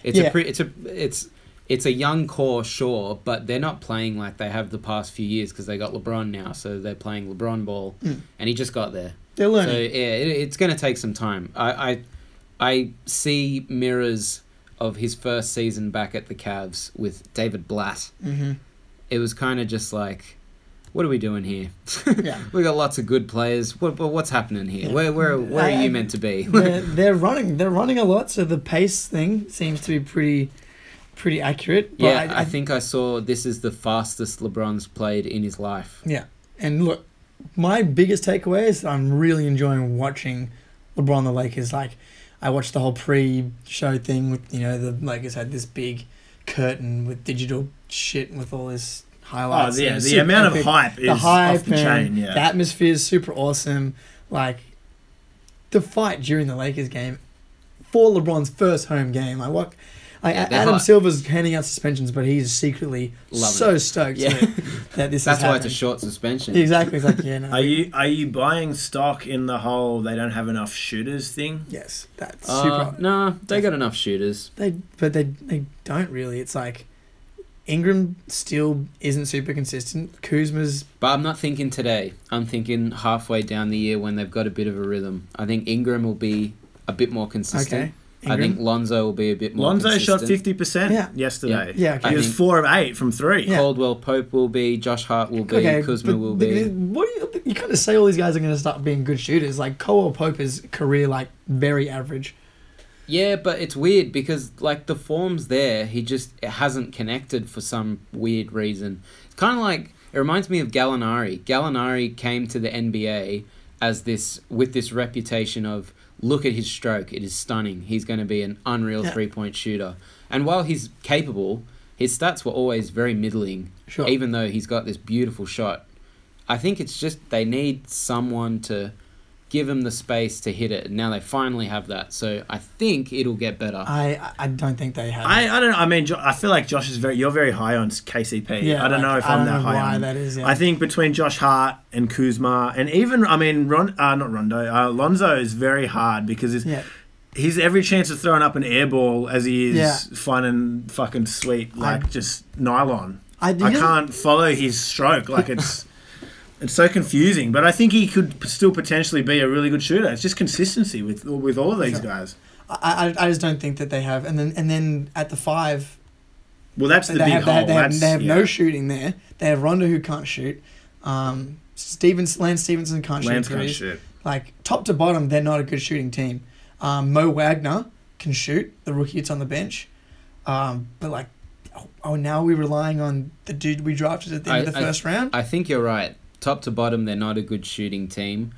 It's Yeah. a pre- it's a it's it's a young core, sure, but they're not playing like they have the past few years because they got LeBron now, so they're playing LeBron ball, Mm. and he just got there. they're So learning. yeah, it, it's going to take some time. I, I I see mirrors of his first season back at the Cavs with David Blatt. hmm It was kind of just like, what are we doing here? Yeah. we got lots of good players. What, what what's happening here? Yeah. Where where where I- are I- you meant to be? they're, they're running. They're running a lot, so the pace thing seems to be pretty, pretty accurate. But yeah, I, I, think. think I saw this is the fastest LeBron's played in his life. Yeah, and look, my biggest takeaway is that I'm really enjoying watching LeBron and the Lakers. Like, I watched the whole pre-show thing with you know the Lakers had this big curtain with digital shit with all this oh, highlights. yeah, and the super amount of epic hype is the hype off the and chain. Yeah. the atmosphere is super awesome. Like the fight during the Lakers game for LeBron's first home game. Like what? Like, Yeah, they're Adam hot. Silver's handing out suspensions, but he's secretly Loving so it. stoked Yeah. that, that That's this. is why it's a happening. short suspension. Exactly. It's like yeah. No, are you are you buying stock in the whole they don't have enough shooters thing? Yes, that's Uh, super. Nah, they got enough shooters. They, but they they don't really. It's like Ingram still isn't super consistent. Kuzma's But I'm not thinking today. I'm thinking halfway down the year when they've got a bit of a rhythm. I think Ingram will be a bit more consistent. okay. Ingram. I think Lonzo will be a bit more Lonzo consistent. shot fifty percent Yeah. yesterday. Yeah, okay. he I was think- four of eight from three. Yeah. Caldwell Pope will be, Josh Hart will be, Kuzma but will the- be. the- What do you? You kind of say all these guys are going to start being good shooters. Like Cole Pope is career like very average. Yeah, but it's weird because like the form's there, he just it hasn't connected for some weird reason. It's kind of like it reminds me of Gallinari. Gallinari came to the NBA as this with this reputation of look at his stroke, it is stunning. He's going to be an unreal Yeah. three-point shooter. And while he's capable, his stats were always very middling, Sure. even though he's got this beautiful shot. I think it's just they need someone to give him the space to hit it. And now they finally have that. So I think it'll get better. Uh, I I- I don't think they have. I, I don't know. I mean, Jo- I feel like Josh is very. You're very high on KCP. I don't like, know if I'm don't that know high. Why on- that is? Yeah. I think between Josh Hart and Kuzma, and even I mean, Ron, uh, not Rondo, uh, Lonzo is very hard because it's, Yeah. he's every chance of throwing up an air ball as he is Yeah. finding fucking sweet like I- just nylon. I, I yeah. can't follow his stroke. Like it's it's so confusing. But I think he could p- still potentially be a really good shooter. It's just consistency with with all of these Sure. guys. I, I I just don't think that they have. And then and then at the five, Well, that's the they big have, they hole. have, they have, That's- they have yeah. no shooting there. They have Rondo who can't shoot. Um, Stevens, Lance Stevenson can't Lance shoot can't threes. shoot. Like top to bottom, they're not a good shooting team. Um, Mo Wagner can shoot. The rookie that's on the bench, um, but like, oh, oh, now we're relying on the dude we drafted at the end I- of the I- first round. I think you're right. Top to bottom, they're not a good shooting team,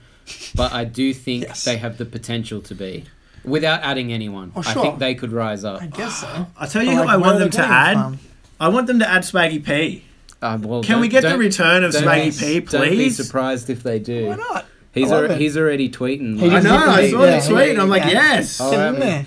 but I do think Yes. they have the potential to be. Without adding anyone, Oh, I sure. think they could rise up. I guess so. I tell But, you who like, I where are want they them to getting it add. from? I want them to add Swaggy P. Uh, well, Can we don't- get the don't- return of don't Swaggy be- P, Don't be please? surprised if they do. Why not? He's, I love alre- it. he's already tweeting. He I like, know. I Yeah, saw the yeah, tweet. and I'm like, yeah. yes. Oh, Get I in there.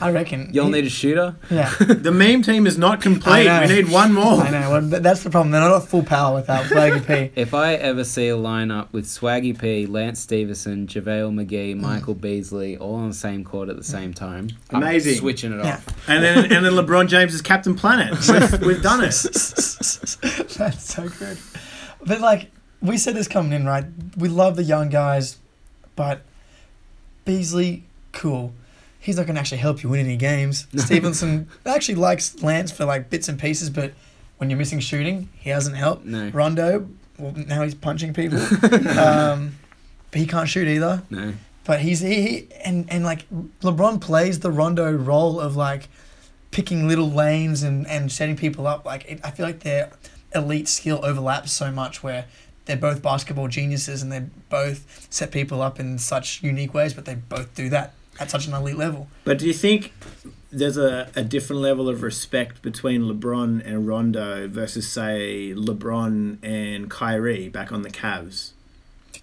I reckon. Y'all need a shooter? Yeah. The meme team is not complete. I We know. need one more. I know. Well, th- that's the problem. They're not at full power without Blaggy P. If I ever see a lineup with Swaggy P, Lance Stevenson, JaVale Mm. McGee, Michael Beasley, all on the same court at the same time, Amazing. I'm switching it Yeah. off. And then and then LeBron James is Captain Planet. We've, we've done it. That's so good. But like we said this coming in, right? We love the young guys, but Beasley, cool. He's not gonna actually help you win any games. Stevenson actually likes Lance for like bits and pieces, but when you're missing shooting, he doesn't help. No, Rondo, well now he's punching people. um, but he can't shoot either. no. But he's he, he and and like LeBron plays the Rondo role of like picking little lanes and and setting people up. Like it, I feel like their elite skill overlaps so much where they're both basketball geniuses and they both set people up in such unique ways, but they both do that at such an elite level. But do you think there's a, a different level of respect between LeBron and Rondo versus say LeBron and Kyrie back on the Cavs?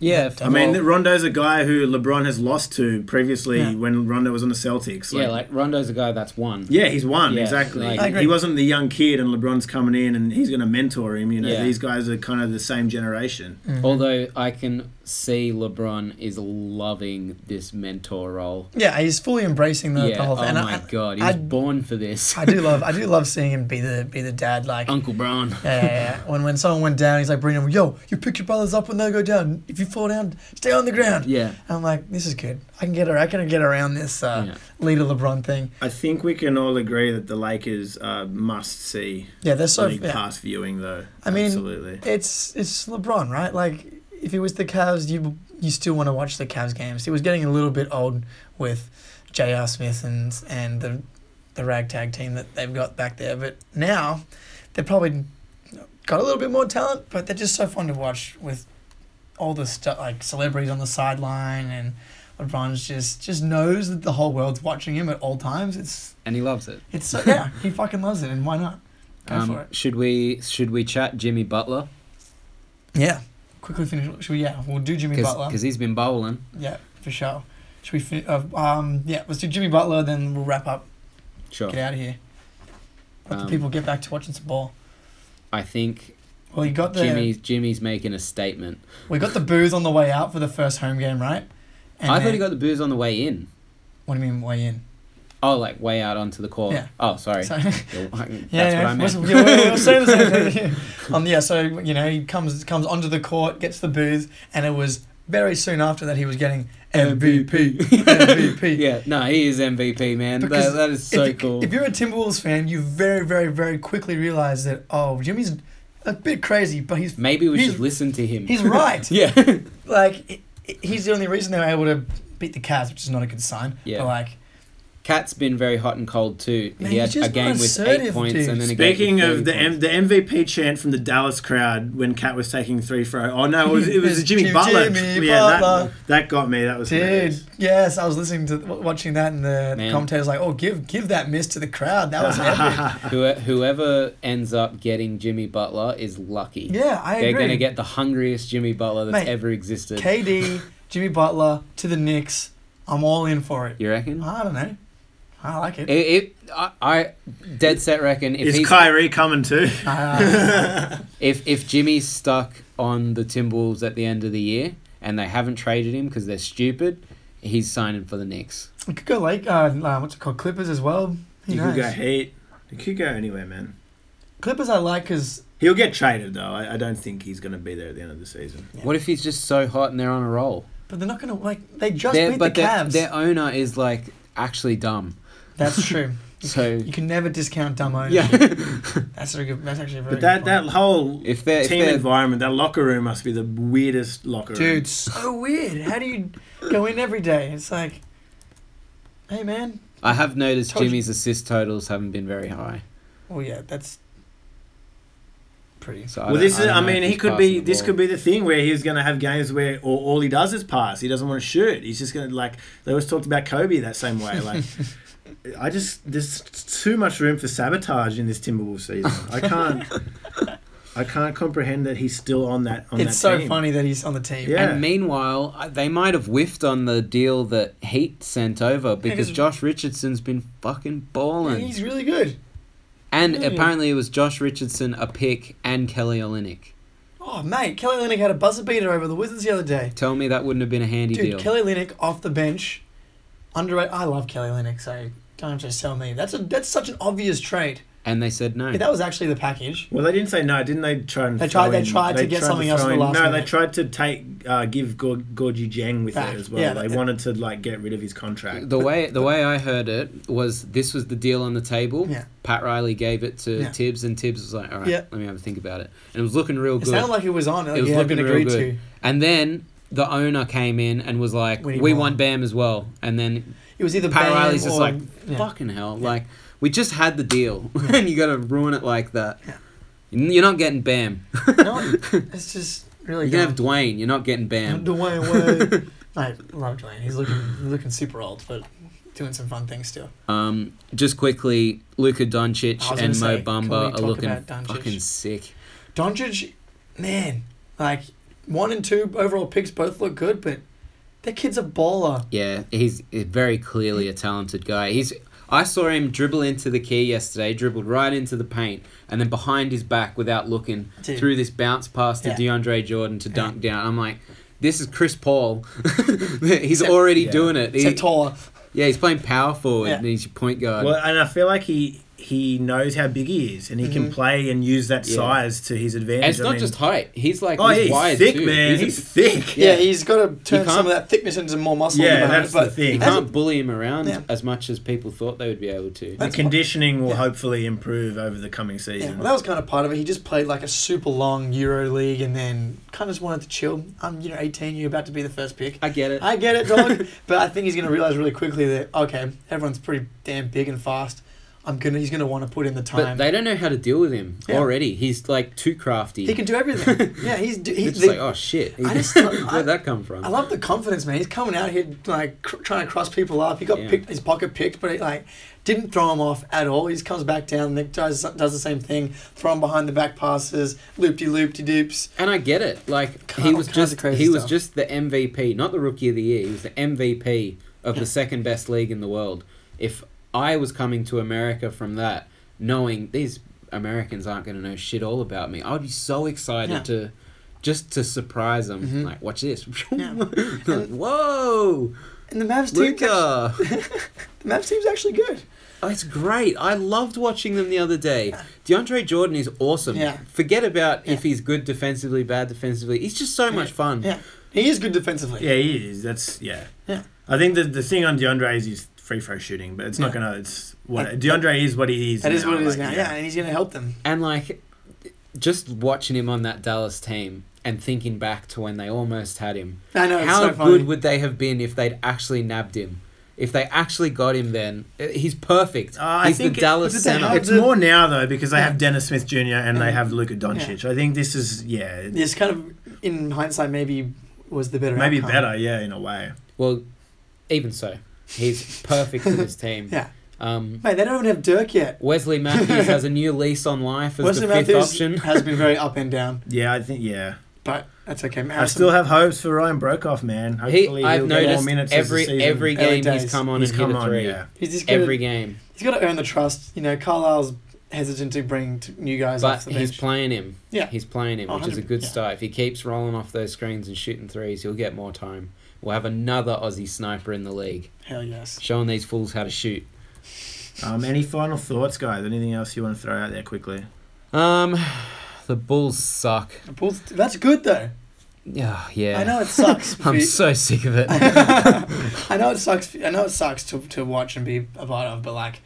Yeah, I mean, well, Rondo's a guy who LeBron has lost to previously Yeah. when Rondo was on the Celtics. yeah, like Rondo's a guy that's won. Yeah, he's won Yeah, exactly. like- I agree. he wasn't the young kid, and LeBron's coming in, and he's going to mentor him. You know, Yeah. these guys are kind of the same generation. Mm. Mm-hmm. Although I can see LeBron is loving this mentor role. Yeah, he's fully embracing the, yeah. the whole thing. oh and my I, god, he I, was born for this. I do love, I do love seeing him be the be the dad. Like, yeah, Uncle Bron. yeah, yeah. when when someone went down, he's like, bring him. Yo, you pick your brothers up when they go down. If you fall down, stay on the ground. Yeah. I'm like, this is good. I can get around, I can get around this uh, Yeah. leader LeBron thing. I think we can all agree that the Lakers are must see Yeah, they're so. league yeah. pass viewing, though. I mean, absolutely. It's it's LeBron, right? Like, if it was the Cavs, you you still want to watch the Cavs games. It was getting a little bit old with J.R. Smith and and the the ragtag team that they've got back there. But now they've probably got a little bit more talent, but they're just so fun to watch with all the stuff like celebrities on the sideline and. LeBron's just just knows that the whole world's watching him at all times. It's And he loves it. it's so yeah, he fucking loves it, and why not? Go Um, for it. Should we should we chat Jimmy Butler? Yeah. Quickly finish. Should we? Yeah, we'll do Jimmy Butler. Because he's been bowling. Yeah, for sure. Should we? Fin- uh, um, yeah, let's do Jimmy Butler, then we'll wrap up. Sure. Get out of here. Let Um, the people get back to watching some ball. I think Well, you got the Jimmy's Jimmy's making a statement. we got the booze on the way out for the first home game, right? And I thought then- he got the booze on the way in. What do you mean way in? Oh, like way out onto the court. Yeah. Oh, sorry. So, Yeah, That's yeah, what yeah, I we're- meant. yeah, we're- we're saying the same thing. Um, yeah, so you know he comes comes onto the court, gets the booze, and it was very soon after that he was getting MVP, MVP. Yeah, no, he is MVP, man. That, Because that is so if, you- cool. If you're a Timberwolves fan, you very, very, very quickly realize that oh, Jimmy's a bit crazy, but he's Maybe we he's- should listen to him. he's right. yeah. like i i- he's the only reason they were able to beat the Cavs, which is not a good sign. Yeah. But like Cat's been very hot and cold too. Man, he had he's just a game not with eight assertive, points dude. and then a game Speaking with of 30 the M- points. the MVP chant from the Dallas crowd when Cat was taking three throw, oh no, it was, it was It's Jimmy Jimmy Butler. Butler. yeah, That, that got me. That was dude, hilarious. yes, I was listening to w- watching that, and the Man. commentator's like, oh, give give that miss to the crowd. That was epic. Whoe- whoever ends up getting Jimmy Butler is lucky. Yeah, I They're agree. gonna get the hungriest Jimmy Butler that's Mate, ever existed. KD, Jimmy Butler to the Knicks. I'm all in for it. you reckon? I don't know. I like it. It, it, I, I dead set reckon if Is he's, Kyrie coming too? Uh, if if Jimmy's stuck on the Timberwolves at the end of the year and they haven't traded him because they're stupid, he's signing for the Knicks. we could go like uh, uh, what's it called, Clippers as well. Who You could go knows? Heat. You could go anywhere, man. Clippers I like because He'll get traded though. I, I don't think he's going to be there at the end of the season. What if he's just so hot and they're on a roll? But they're not gonna like they just They're- beat but the their- Cavs. Their, owner is like actually dumb. That's true. So You can never discount dumb ownership. yeah, That's a good. That's actually a very. But that good that point. whole if they're, if team they're environment, that locker room must be the weirdest locker room. dude, so Oh, weird. How do you go in every day? It's like, hey man. I have noticed Told you. Jimmy's assist totals haven't been very high. Well, yeah, that's pretty. So I Well, don't- this is. don't I know mean, if he he's could passing be. the This ball. could be the thing where he's going to have games where all, all he does is pass. He doesn't want to shoot. He's just going to like. They always talked about Kobe that same way. Like, I just there's too much room for sabotage in this Timberwolves season. I can't. I can't comprehend that he's still on that. On It's that so team. funny that he's on the team. Yeah. And meanwhile, I- they might have whiffed on the deal that Heat sent over because 'cause- Josh Richardson's been fucking Yeah, balling. he's really good. And Yeah. apparently it was Josh Richardson, a pick, and Kelly Olynyk. Oh mate, Kelly Olynyk had a buzzer beater over the Wizards the other day. Tell me that wouldn't have been a handy Dude, deal. Kelly Olynyk off the bench, underrated. I love Kelly Olynyk. So don't just sell me. That's a that's such an obvious trade. and they said no. If that was actually the package. Well, they didn't say no, didn't they? Try and They throw tried- they in- tried to get tried something else throw at the in- last No, they minute. tried to take uh, give Gor- Gorgie Jang with Back. it as well. Yeah, they that- wanted to like get rid of his contract. the way the way I heard it was this was the deal on the table. Yeah. Pat Riley gave it to Yeah. Tibbs and Tibbs was like, All right, Yeah. let me have a think about it. And it was looking real It good. sounded like it was on. Like it was it had looking been real agreed good. to. And then the owner came in and was like, We We, need Bam." want Bam as well. And then It was either Pat Bam Riley's or, just like, yeah. Fucking hell. Like, we just had the deal and you gotta ruin it like that. You're not getting Bam. No, it's just really. You can have dumb. Dwayne. You're not getting Bam. Dwayne Wade. I love Dwayne. He's looking he's looking super old, but doing some fun things still. Um, just quickly, Luka Doncic I and was gonna Mo say, can we Bamba are talk looking about Doncic? fucking sick. Doncic, man, like one and two overall picks both look good, but that kid's a baller. Yeah, he's very clearly a talented guy. He's I saw him dribble into the key yesterday, dribbled right into the paint, and then behind his back without looking Dude. threw this bounce pass to Yeah. DeAndre Jordan to dunk down. I'm like, this is Chris Paul. he's Except- already Yeah. doing it. He, Except taller. yeah, he's playing power forward Yeah. and he's your point guard. Well, and I feel like he he knows how big he is, and he can play and use that Mm-hmm. Yeah. size to his advantage. and it's I not mean- just height. He's like oh, he's, yeah, he's wired thick, too. man. He's a- He's, thick. Yeah, Yeah. he's got to turn some can't- of that thickness into more muscle. Yeah, at the moment, that's the but thing. you Hasn't- can't bully him around Yeah. as much as people thought they would be able to. The That's fine. conditioning will Yeah. hopefully improve over the coming Yeah, season. well, that was kind of part of it. He just played like a super long Euro League and then kind of just wanted to chill. I'm, you know, 18. You're about to be the first pick. I get it. I get it, dog. but I think he's going to realize really quickly that okay, everyone's pretty damn big and fast. I'm gonna. He's going to want to put in the but time. they don't know how to deal with him Yeah. already. He's like too crafty. he can do everything. yeah, he's. do- He, it's they- like, oh shit! I just- I- Where'd that come from? I love the confidence, man. He's coming out here like cr- trying to cross people up. He got Yeah. picked, his pocket picked, but it like didn't throw him off at all. He just comes back down, Nick does does the same thing, throw him behind the back passes, loop de loop de doops. and I get it. Like Kind- he all was kinds of just crazy he was stuff. just the MVP, not the rookie of the year. He was the MVP of the second best league in the world. If I was coming to America from that, knowing these Americans aren't going to know shit all about me, I would be so excited Yeah. Mm-hmm. to just to surprise them. Like, watch this! Yeah. Like, Whoa, And the Mavs team, the Luca! Mavs team's actually good. Oh, it's great. I loved watching them the other day. DeAndre Jordan is awesome. Yeah. Forget about Yeah. if he's good defensively, bad defensively. He's just so much fun. Yeah, he is good defensively. Yeah, he is. That's yeah. Yeah. I think the the thing on DeAndre is his free throw shooting, but it's not Yeah. gonna. It's what That- DeAndre is what he is. That is now, what it is like, now. Yeah. and he's gonna help them. And like just watching him on that Dallas team and thinking back to when they almost had him. I know. How it's so good funny. would they have been if they'd actually nabbed him? If they actually got him then Uh, he's perfect. Oh, Uh, I he's think the it- Dallas did they center. have- It's the- more now though because they Yeah. have Dennis Smith Jr. and they have Luka Doncic. I think this is yeah, It's kind of in hindsight, maybe was the better. maybe outcome. better. Yeah, in a way. well, even so. He's perfect for this team. Yeah, Um mate. They don't even have Dirk yet. Wesley Matthews has a new lease on life as Wesley the fifth Matthews option. has been very up and down, Yeah, I think yeah. but that's okay. I still have hopes for Ryan Brokoff, man. He, Hopefully, I've will get more noticed minutes as the every season- every Early game he's days. come on he's and come hit a on. three. Yeah, He's just gonna- Every game, He's got to earn the trust. You know, Carlisle's hesitant to bring t- new guys but off the he's bench. playing him. Yeah. he's playing him, Oh, which is a 100%, good yeah. start. If he keeps rolling off those screens and shooting threes, he'll get more time. We'll have another Aussie sniper in the league, Hell yes. showing these fools how to shoot. Um, any final thoughts, guys? Anything else you want to throw out there quickly? Um, the Bulls suck. The Bulls- That's good though. Yeah, yeah. I know it sucks. for I'm you- so sick of it. I know it sucks. for- I know it sucks to, to watch and be a part of, but like,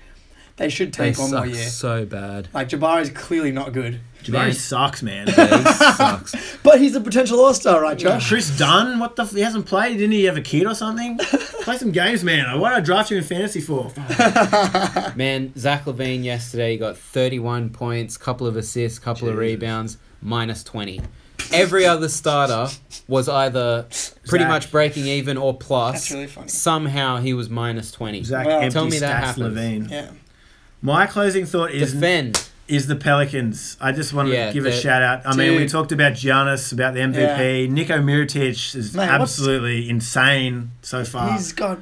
they should they take one more suck year. so bad. Like Jabari's clearly not good, Jabari Man. sucks, man. They sucks. but he's a potential all star, right, Josh? Chris Dunn, what the? F- he hasn't played. Didn't he have a kid or something? Play some games, man. What did I draft you in fantasy for? Man, Zach Levine yesterday he got 31 points, couple of assists, couple of Jesus. rebounds, minus 20. Every other starter was either pretty Zach. much breaking even or plus. That's really funny. Somehow he was minus 20. Zach Well, empty tell me stats that happens. Levine. Yeah. My closing thought is Defend. is the Pelicans. I just wanted Yeah, to give a the- shout out. I mean, we dude. talked about Giannis, about the MVP. Niko Mirotic is Man, what's- absolutely insane so far. He's got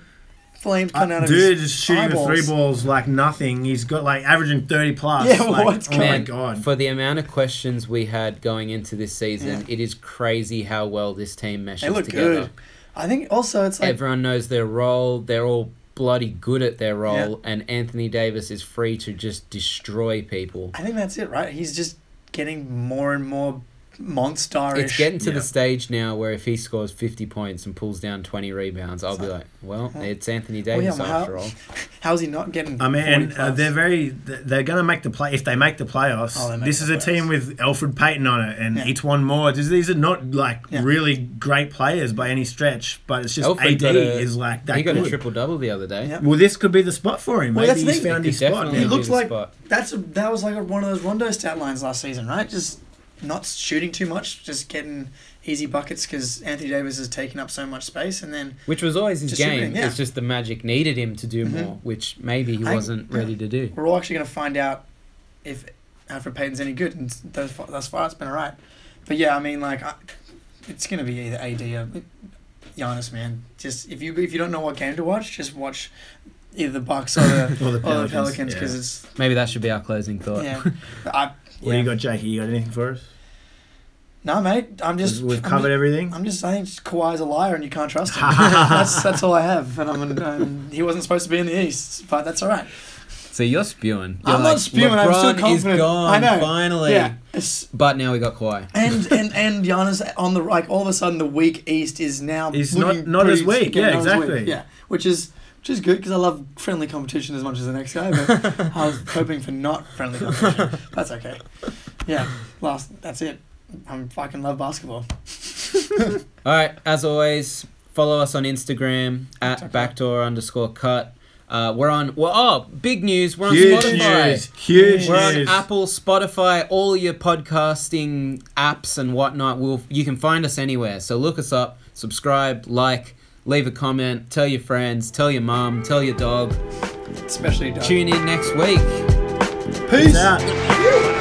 flames Uh, coming out of dude his is shooting with three eyeballs. balls like nothing. He's got like averaging thirty plus. Yeah, like, what's oh my Man, god. for the amount of questions we had going into this season, Yeah. it is crazy how well this team meshes They look together. good. I think also it's like Everyone knows their role. They're all bloody good at their role, and Anthony Davis is free to just destroy people. I think that's it, right? He's just getting more and more monstarish. It's getting to Yeah. the stage now where if he scores 50 points and pulls down 20 rebounds, I'll be like, well, it's Anthony Oh, yeah, Davis well, how- after all. How's he not getting? I mean, 40 and, uh, plus? they're very. th- They're going to make the play if they make the playoffs. Oh, they make this the is a team playoffs. with Alfred Payton on it and Yeah. each one more. These are not like Yeah. really great players by any stretch, but it's just Alfred AD got a- is like he that got good. a triple double the other day. Yeah. Well, this could be the spot for him. Well, Maybe that's the he's thing. found It his could spot definitely He now. be. looks the like spot. that's a, that was like one of those Rondo stat lines last season, right? Just not shooting too much, just getting easy buckets because Anthony Davis is taking up so much space, and then Which was always his Just game. shooting, yeah. It's just the Magic needed him to do Mhm. more, which maybe he I- wasn't yeah. ready to do. we're all actually going to find out if Alfred Payton's any good, and thus far, thus far it's been alright. But yeah, I mean, like I, it's gonna be either AD or Giannis, man. Just if you if you don't know what game to watch, just watch either the Bucks or the Or the or the Pelicans, Pelicans yeah. because it's Maybe that should be our closing thought. yeah. I, What do you got, Jakey? You got anything for us? no, mate. I'm just We've I'm covered just- everything. I'm just saying Kawhi's a liar and you can't trust him. that's that's all I have, and I'm an, um, he wasn't supposed to be in the East, but that's all right. So you're spewing. You're I'm not spewing. LeBron I'm still is confident. gone. I know. Finally. Yeah, it's- But now we got Kawhi. and and and Giannis on the like all of a sudden the weak East is now Is looking not- not as pretty- weak. Yeah, not as weak. exactly. yeah, which is which is good because I love friendly competition as much as the next guy, but I was hoping for not friendly competition. That's okay. Yeah, last that's it. I'm fucking love basketball. All right, as always, follow us on Instagram at backdoor underscore cut. Uh, we're on. Well, oh, big news! We're on Huge Spotify. news. Huge We're on news. Apple, Spotify, all your podcasting apps and whatnot. We'll, you can find us anywhere. So look us up, subscribe, like, leave a comment, tell your friends, tell your mom, tell your dog. Especially Doug. Tune in next week. Peace out. If you